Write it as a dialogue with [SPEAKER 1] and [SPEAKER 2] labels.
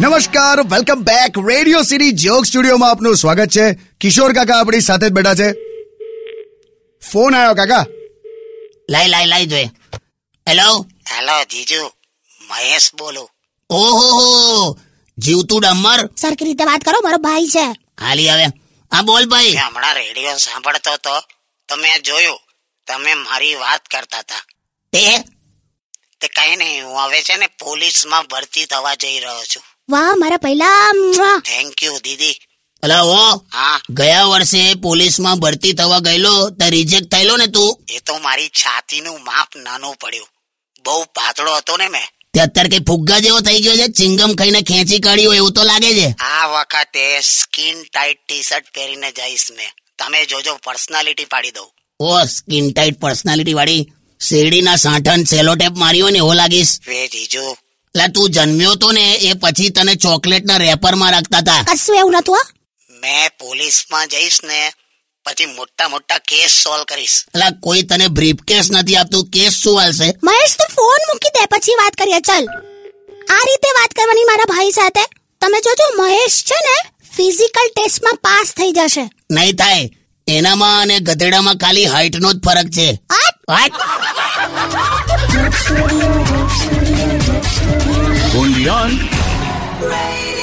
[SPEAKER 1] નમસ્કાર welcome back radio city joke સ્ટુડિયોમાં આપનું સ્વાગત છે કિશોર કાકા આપણી સાથે જ બેઠા છે ફોન આવ્યો કાકા
[SPEAKER 2] લાઈ લાઈ લાઈ જોઈએ હેલો
[SPEAKER 3] હેલો જીજુ મહેશ બોલું
[SPEAKER 2] ઓહો જીવતું ડમર
[SPEAKER 4] સરખી રીતે વાત કરો મારો ભાઈ છે
[SPEAKER 2] હાલી હવે હા બોલ ભાઈ
[SPEAKER 3] મેં હમણાં રેડિયો સાંભળતો હતો તો મેં જોયું તમે મારી વાત કરતા હતા
[SPEAKER 2] તે
[SPEAKER 3] તે કઈ નહીં હું હવે છે ને પોલીસમાં ભરતી થવા જઈ રહ્યો છું
[SPEAKER 4] વાહ મારા પહેલા મ્વા.
[SPEAKER 3] થેન્ક યુ દીદી
[SPEAKER 2] અલા ઓ
[SPEAKER 3] હા
[SPEAKER 2] ગયા વર્ષે પોલીસમાં ભરતી થવા ગયેલો તે રિજેક્ટ થયેલો ને તું
[SPEAKER 3] એ તો મારી છાતીનું માપ નાનું પડ્યું બહુ પાતળો હતો ને મેં
[SPEAKER 2] તે અત્યારે કઈ ફુગ્ગા જેવો થઈ ગયો છે ચિંગમ ખાઈને ખેંચી કાઢ્યો એવું તો લાગે છે
[SPEAKER 3] આ વખતે સ્કિન ટાઈટ ટી શર્ટ પહેરીને જઈશ મેં તમે જોજો પર્સનાલિટી પાડી દઉં
[SPEAKER 2] ઓ સ્કિન ટાઈટ પર્સનાલિટી વાળી શેરડીના સાંઠન સેલો ટેપ મારી હોય ને એવો લાગીશ
[SPEAKER 3] વે જીજુ
[SPEAKER 2] એટલે તું જન્મ્યો તો ને એ પછી તને ચોકલેટના રેપરમાં રાખતા હતા
[SPEAKER 4] કશું એવું નતું હો.
[SPEAKER 3] મેં પોલીસમાં જઈશ ને પછી મોટા મોટા કેસ સોલ્વ કરીશ
[SPEAKER 2] એટલે કોઈ તને બ્રીફ કેસ નથી આપતું કેસ શું હાલશે
[SPEAKER 4] મહેશ તું ફોન મૂકી દે પછી વાત કરીએ ચલ આ રીતે વાત કરવાની મારા ભાઈ સાથે તમે જોજો મહેશ છે ને ફિઝિકલ ટેસ્ટમાં પાસ થઈ જશે
[SPEAKER 2] નહીં થાય એનામાં અને ગધેડામાં ખાલી હાઈટનો જ ફરક છે
[SPEAKER 4] આ
[SPEAKER 2] હાટ!
[SPEAKER 5] Undian.
[SPEAKER 4] જ